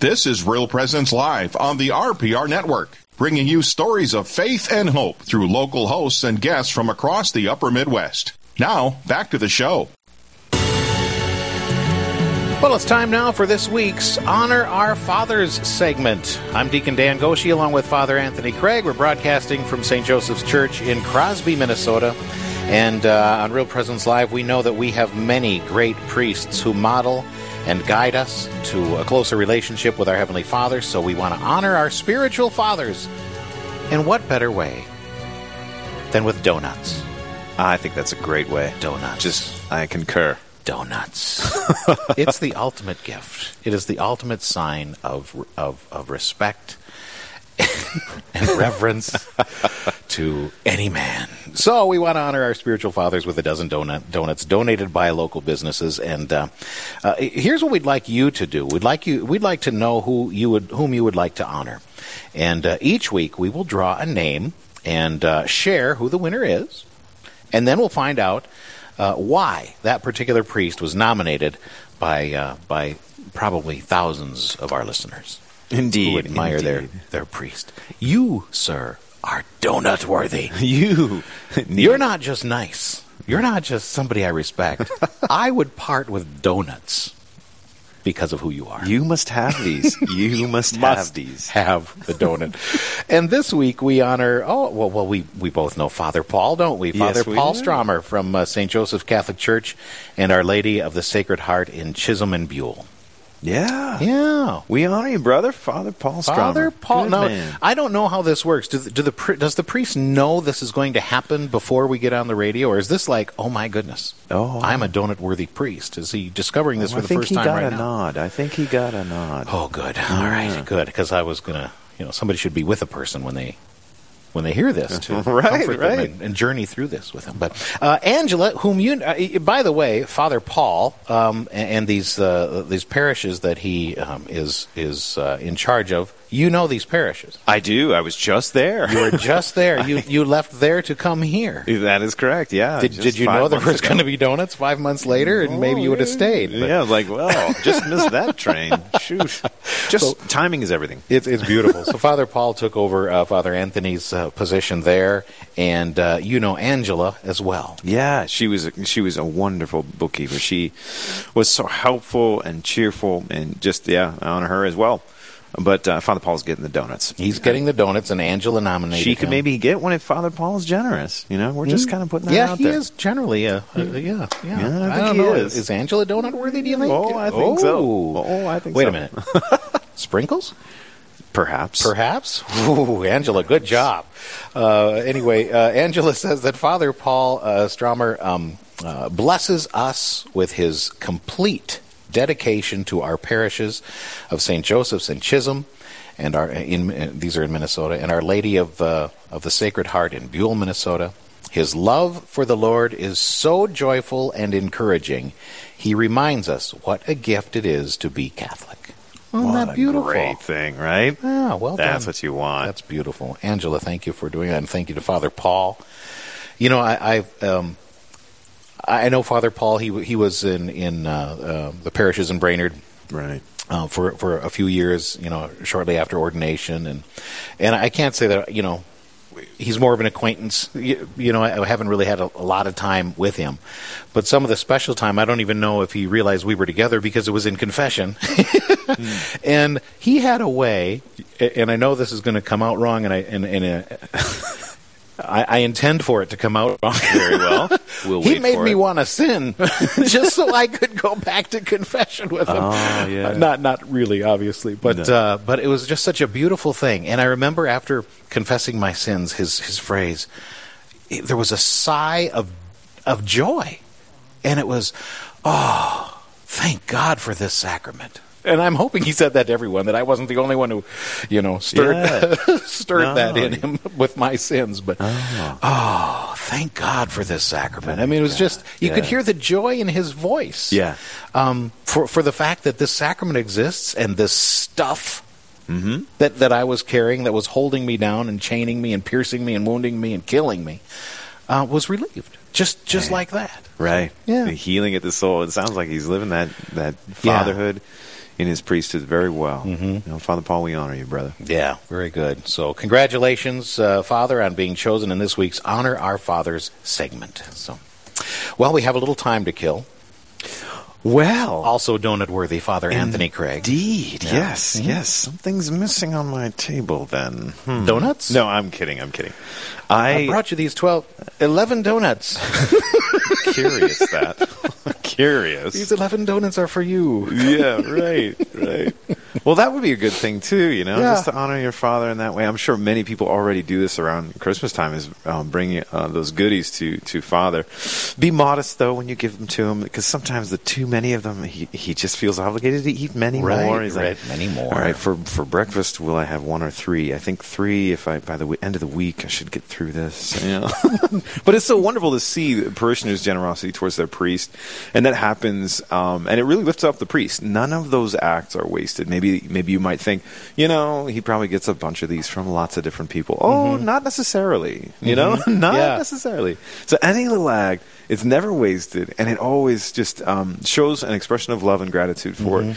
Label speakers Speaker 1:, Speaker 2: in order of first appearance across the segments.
Speaker 1: This is Real Presence Live on the RPR Network, bringing you stories of faith and hope through local hosts and guests from across the upper Midwest. Now, back to the show.
Speaker 2: Well, it's time now for this week's Honor Our Fathers segment. I'm Deacon Dan Goshi along with Father Anthony Craig. We're broadcasting from St. Joseph's Church in Crosby, Minnesota. And uh, on Real Presence Live, we know that we have many great priests who model and guide us to a closer relationship with our Heavenly Father. So we want to honor our spiritual fathers. And what better way than with donuts?
Speaker 3: I think that's a great way.
Speaker 2: Donuts.
Speaker 3: Just, I concur.
Speaker 2: donuts. it's the ultimate gift. It is the ultimate sign of of, of respect and reverence to any man. So we want to honor our spiritual fathers with a dozen donut donuts donated by local businesses. And uh, uh, here's what we'd like you to do. We'd like you. We'd like to know who you would whom you would like to honor. And uh, each week we will draw a name and uh, share who the winner is and then we'll find out uh, why that particular priest was nominated by uh, by probably thousands of our listeners who
Speaker 3: Indeed.
Speaker 2: admire their their priest. You, sir, are donut worthy.
Speaker 3: You. need-
Speaker 2: You're not just nice. You're not just somebody I respect. I would part with donuts because of who you are.
Speaker 3: You must have these. You must, have these.
Speaker 2: Have the donut. and this week we honor, oh, well, well we, we both know Father Paul, don't we?
Speaker 3: Yes,
Speaker 2: Father
Speaker 3: we
Speaker 2: Paul
Speaker 3: do.
Speaker 2: Stromer from uh, St. Joseph Catholic Church and Our Lady of the Sacred Heart in Chisholm and Buell.
Speaker 3: Yeah.
Speaker 2: Yeah.
Speaker 3: We honor you, brother, Father Paul Stromer.
Speaker 2: Father Paul,
Speaker 3: Good
Speaker 2: now,
Speaker 3: man.
Speaker 2: I don't know how this works. Do, the- do the pri- does the priest know this is going to happen before we get on the radio, or is this like, oh my goodness,
Speaker 3: Oh.
Speaker 2: I'm a donut-worthy priest? Is he discovering this
Speaker 3: I
Speaker 2: for the
Speaker 3: think
Speaker 2: first
Speaker 3: he
Speaker 2: time
Speaker 3: got
Speaker 2: right
Speaker 3: a
Speaker 2: now?
Speaker 3: nod. I think he got a nod.
Speaker 2: Oh, good. All right, good. Because I was gonna, you know, somebody should be with a person when they when they hear this to
Speaker 3: Right,
Speaker 2: comfort them
Speaker 3: right.
Speaker 2: and, and journey through this with them. But uh, Angela, whom you, uh, by the way, Father Paul um, and, and these uh, these parishes that he um, is is uh, in charge of, you know these parishes.
Speaker 3: I do. I was just there.
Speaker 2: You were just there. You you left there to come here.
Speaker 3: that is correct. Yeah.
Speaker 2: Did, did you know there was going to be donuts five months later, and maybe you would have stayed? but-
Speaker 3: Oh, yeah, I was like, well, just missed that train. Shoot. Just timing is everything.
Speaker 2: It's, it's beautiful. so Father Paul took over uh, Father Anthony's uh, position there, and uh, you know Angela as well.
Speaker 3: Yeah, she was a, she was a wonderful bookkeeper. She was so helpful and cheerful, and just yeah, I honor her as well. But uh, Father Paul's getting the donuts.
Speaker 2: He's getting the donuts, and Angela nominated.
Speaker 3: she could
Speaker 2: him. Hmm?
Speaker 3: maybe get one if Father Paul's generous. You know, we're just kind of putting that
Speaker 2: yeah,
Speaker 3: out
Speaker 2: he
Speaker 3: there. Hmm.
Speaker 2: is generally a, a- yeah, yeah.
Speaker 3: I think
Speaker 2: don't
Speaker 3: he
Speaker 2: know.
Speaker 3: is.
Speaker 2: Is Angela donut worthy? Do you think?
Speaker 3: Oh, I think so. Oh, I think
Speaker 2: Wait
Speaker 3: so.
Speaker 2: a minute. Sprinkles?
Speaker 3: Perhaps.
Speaker 2: Perhaps. Ooh, Angela, good job. Uh, anyway, uh, Angela says that Father Paul uh, Stromer um, uh, blesses us with his complete dedication to our parishes of St. Joseph's and Chisholm, and our in, in, these are in Minnesota, and Our Lady of uh, of the Sacred Heart in Buell, Minnesota. His love for the Lord is so joyful and encouraging. He reminds us what a gift it is to be Catholic. Isn't
Speaker 3: What
Speaker 2: that
Speaker 3: a
Speaker 2: beautiful?
Speaker 3: great thing, right?
Speaker 2: Ah, well
Speaker 3: That's
Speaker 2: done.
Speaker 3: what you want.
Speaker 2: That's beautiful, Angela. Thank you for doing that, and thank you to Father Paul. You know, I, I've um, I I know Father Paul. He w- he was in in uh, uh, the parishes in Brainerd
Speaker 3: right.
Speaker 2: uh, for for a few years. You know, shortly after ordination, and and I can't say that you know he's more of an acquaintance. You, you know, I haven't really had a, a lot of time with him, but some of the special time, I don't even know if he realized we were together because it was in confession. And he had a way, a- and I know this is going to come out wrong, and I and, and uh, I, I intend for it to come out wrong.
Speaker 3: Very well. We'll
Speaker 2: he
Speaker 3: wait
Speaker 2: made
Speaker 3: for
Speaker 2: me
Speaker 3: it.
Speaker 2: want to sin just so I could go back to confession with him.
Speaker 3: Oh, yeah.
Speaker 2: Uh, not not really, obviously, but
Speaker 3: No.
Speaker 2: uh, but it was just such a beautiful thing. And I remember after confessing my sins, his his phrase, it- there was a sigh of of joy, and it was, oh, thank God for this sacrament. And I'm hoping he said that to everyone that I wasn't the only one who, you know, stirred
Speaker 3: Yeah.
Speaker 2: stirred
Speaker 3: No.
Speaker 2: that in him with my sins. But oh, thank God for this sacrament. I mean, it was just you could
Speaker 3: Yeah.
Speaker 2: hear the joy in his voice.
Speaker 3: Yeah.
Speaker 2: Um, for for the fact that this sacrament exists and this stuff that that I was carrying that was holding me down and chaining me and piercing me and wounding me and killing me uh, was relieved. Just just like that.
Speaker 3: Right.
Speaker 2: Yeah.
Speaker 3: The healing at the soul. It sounds like he's living that that fatherhood in his priesthood very well. Mm-hmm. Father Paul, we honor you, brother.
Speaker 2: Yeah, very good. So, congratulations, uh, Father, on being chosen in this week's Honor Our Fathers segment. So, well, we have a little time to kill.
Speaker 3: Well,
Speaker 2: Also, donut worthy, Father Anthony Craig.
Speaker 3: indeed. Yes, yes. Something's missing on my table then. Hmm.
Speaker 2: Donuts?
Speaker 3: No, I'm kidding. I'm kidding. I,
Speaker 2: I brought you these 12, 11 donuts.
Speaker 3: curious that.
Speaker 2: These
Speaker 3: curious.
Speaker 2: 11 donuts are for you.
Speaker 3: yeah, right, right. Well, that would be a good thing too, you know,
Speaker 2: Yeah.
Speaker 3: just to honor your father in that way. I'm sure many people already do this around Christmas time, is um, bring uh, those goodies to to father. Be modest though when you give them to him, because sometimes the too many of them, he, he just feels obligated to eat many
Speaker 2: Right,
Speaker 3: more. He's
Speaker 2: right,
Speaker 3: like,
Speaker 2: many more.
Speaker 3: All right, for for breakfast, will I have one or three? I think three. If I by the w- end of the week, I should get through this. You know? but it's so wonderful to see the parishioners' generosity towards their priest, and that happens, um, and it really lifts up the priest. None of those acts are wasted. Maybe maybe you might think, you know, he probably gets a bunch of these from lots of different people. Oh, not necessarily. You know, not
Speaker 2: Yeah.
Speaker 3: necessarily. So any little act. It's never wasted, and it always just um, shows an expression of love and gratitude for
Speaker 2: Mm-hmm.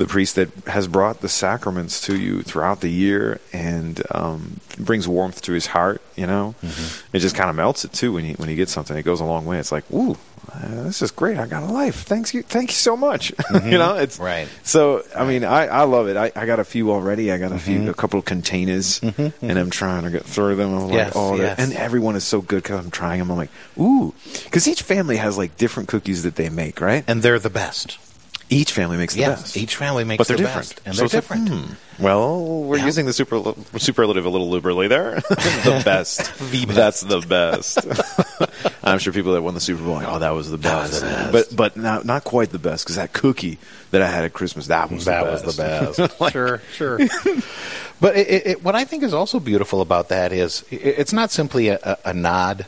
Speaker 3: the priest that has brought the sacraments to you throughout the year and um, brings warmth to his heart. You know,
Speaker 2: Mm-hmm.
Speaker 3: it just kind of melts it too when you when you get something. It goes a long way. It's like, ooh, uh, this is great. I got a life. Thanks you. Thank you so much. you know, it's
Speaker 2: Mm-hmm. Right.
Speaker 3: So I mean, I, I love it. I, I got a few already. I got a
Speaker 2: Mm-hmm.
Speaker 3: few, a couple of containers, and I'm trying to get through them. I'm like,
Speaker 2: Yes,
Speaker 3: oh, they're-
Speaker 2: yes.
Speaker 3: and everyone is so good because I'm trying them. I'm like, ooh, because each family has like different cookies that they make, right?
Speaker 2: And they're the best.
Speaker 3: Each family makes the
Speaker 2: Yes,
Speaker 3: best.
Speaker 2: each family makes
Speaker 3: but they're
Speaker 2: the
Speaker 3: different,
Speaker 2: best. And
Speaker 3: So
Speaker 2: they're
Speaker 3: it's like,
Speaker 2: different.
Speaker 3: hmm, well, we're
Speaker 2: Yeah.
Speaker 3: using the super, superlative a little liberally there. the best.
Speaker 2: The best.
Speaker 3: That's the best. I'm sure people that won the Super Bowl, are like, oh, that was the
Speaker 2: That was
Speaker 3: best.
Speaker 2: the best.
Speaker 3: But but not not quite the best because that cookie that I had at Christmas, that was
Speaker 2: that
Speaker 3: the
Speaker 2: was
Speaker 3: best.
Speaker 2: the best. sure, sure. but it, it, it, what I think is also beautiful about that is i it's not simply a, a, a nod,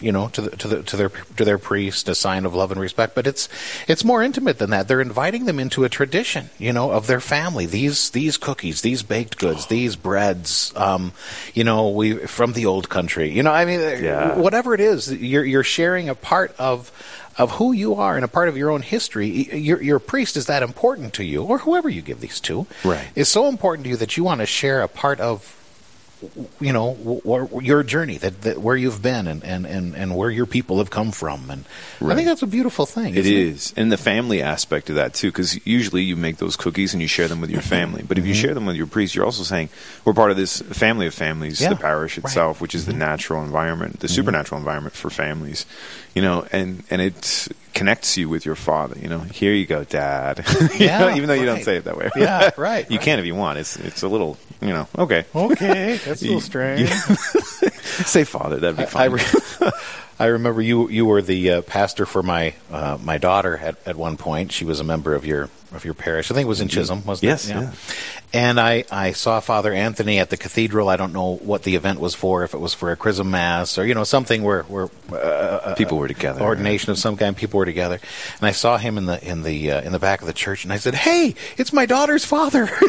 Speaker 2: you know, to the, to the, to their to their priest, a sign of love and respect. But it's it's more intimate than that. They're inviting them into a tradition, you know, of their family. These these cookies, these baked goods, these breads, um, you know, we from the old country. You know, I mean,
Speaker 3: Yeah.
Speaker 2: what whatever it is, you're, you're sharing a part of of who you are and a part of your own history. Y- Your, your priest is that important to you, or whoever you give these to,
Speaker 3: Right.
Speaker 2: is so important to you that you want to share a part of you know w- w- your journey that, that where you've been and, and, and, and where your people have come from and i
Speaker 3: Right.
Speaker 2: think that's a beautiful thing
Speaker 3: It
Speaker 2: isn't
Speaker 3: is, and the family aspect of that too, because usually you make those cookies and you share them with
Speaker 2: Mm-hmm.
Speaker 3: your family. But if you share them with your priest, you're also saying we're part of this family of families,
Speaker 2: Yeah,
Speaker 3: the parish
Speaker 2: right. Mm-hmm.
Speaker 3: itself, which is the natural environment, the supernatural environment for families. You know, and and it connects you with your father. You know, here you go, Dad. You
Speaker 2: Yeah,
Speaker 3: know, even though you don't
Speaker 2: right.
Speaker 3: say it that way.
Speaker 2: Yeah, right,
Speaker 3: you
Speaker 2: right.
Speaker 3: can if you want. It's it's a little, you know, okay.
Speaker 2: okay that's
Speaker 3: You- you- say father. That'd be
Speaker 2: I,
Speaker 3: fun.
Speaker 2: re- I remember you you were the uh, pastor for my uh, my daughter at, at one point. She was a member of your of your parish. I think it was in Chisholm, wasn't
Speaker 3: Mm-hmm.
Speaker 2: it?
Speaker 3: Yes, yeah.
Speaker 2: And I, I saw Father Anthony at the cathedral. I don't know what the event was for, if it was for a chrism mass or you know something where where
Speaker 3: People were together.
Speaker 2: ordination of some kind. People were together, and I saw him in the in the uh, in the back of the church, and I said, "Hey, it's my daughter's father."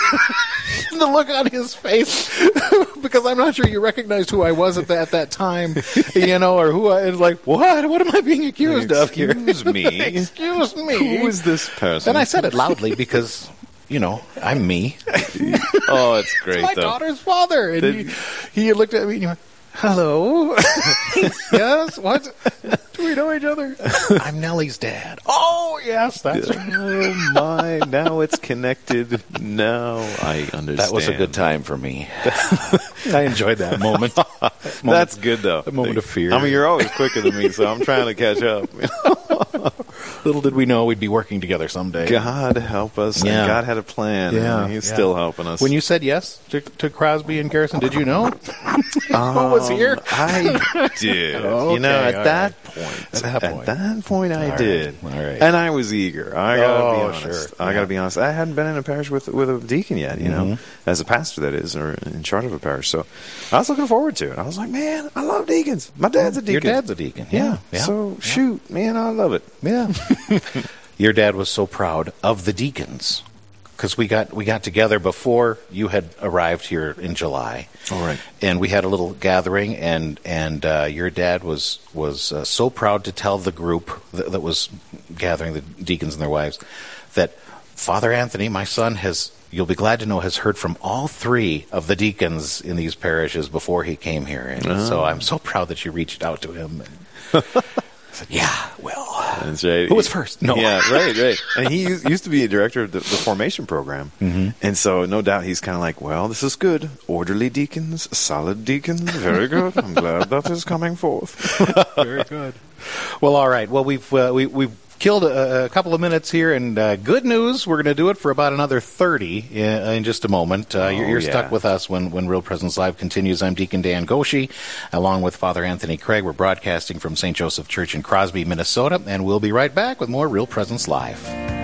Speaker 2: And the look on his face, because I'm not sure you recognized who I was at that, at that time, you know, or who I and like. What? What am I being accused of here?
Speaker 3: Excuse me.
Speaker 2: Excuse me.
Speaker 3: Who is this person?
Speaker 2: And I said it loudly because. You know, I'm me. It's
Speaker 3: Oh, it's great
Speaker 2: my
Speaker 3: though.
Speaker 2: daughter's father, and
Speaker 3: Did-
Speaker 2: he, he looked at me and he went, "Hello, yes, what? Do we know each other? I'm Nellie's dad. Oh, yes, that's right.
Speaker 3: oh my! Now it's connected. Now I understand.
Speaker 2: That was a good time for me. I enjoyed that moment.
Speaker 3: That's good though.
Speaker 2: A moment of fear.
Speaker 3: I mean, you're always quicker than me, so I'm trying to catch up.
Speaker 2: little did we know we'd be working together someday.
Speaker 3: God help us.
Speaker 2: Yeah.
Speaker 3: And God had a plan.
Speaker 2: Yeah,
Speaker 3: and He's
Speaker 2: yeah.
Speaker 3: still helping us.
Speaker 2: When you said yes to, to Crosby and Garrison, did you know who
Speaker 3: Um,
Speaker 2: was here?
Speaker 3: I did.
Speaker 2: Okay,
Speaker 3: you know, at
Speaker 2: all
Speaker 3: that
Speaker 2: right.
Speaker 3: point,
Speaker 2: At that point.
Speaker 3: that point, I
Speaker 2: right,
Speaker 3: did.
Speaker 2: all right.
Speaker 3: And I was eager. I gotta
Speaker 2: Oh,
Speaker 3: be
Speaker 2: sure.
Speaker 3: honest. I gotta be honest. I hadn't been in a parish with with a deacon yet. You know,
Speaker 2: Mm-hmm.
Speaker 3: as a pastor that is, or in charge of a parish. So I was looking forward to it. I was like, man, I love deacons. My dad's a deacon.
Speaker 2: Your dad's a deacon. Yeah. yeah.
Speaker 3: So shoot, man, I love it.
Speaker 2: Yeah. Your dad was so proud of the deacons because we got we got together before you had arrived here in July.
Speaker 3: All right.
Speaker 2: And we had a little gathering, and and uh, your dad was was uh, so proud to tell the group that, that was gathering the deacons and their wives that Father Anthony, my son, has, you'll be glad to know, has heard from all three of the deacons in these parishes before he came here. And
Speaker 3: Ah.
Speaker 2: so I'm so proud that you reached out to him. And I said, yeah, well,
Speaker 3: That's right.
Speaker 2: Who was first? No.
Speaker 3: Yeah, right, right. And he u- used to be a director of the, the formation program. Mm-hmm. And so, no doubt, he's kind of like, well, this is good. Orderly deacons, solid deacons. Very good. I'm glad that is coming forth.
Speaker 2: very good. Well, all right. Well, we've, uh, we, we've killed a, a couple of minutes here, and uh, good news, we're going to do it for about another 30 in, in just a moment. Uh, you're
Speaker 3: Oh,
Speaker 2: you're
Speaker 3: yeah.
Speaker 2: stuck with us when, when Real Presence Live continues. I'm Deacon Dan Goshi, along with Father Anthony Craig. We're broadcasting from St. Joseph Church in Crosby, Minnesota, and we'll be right back with more Real Presence Live.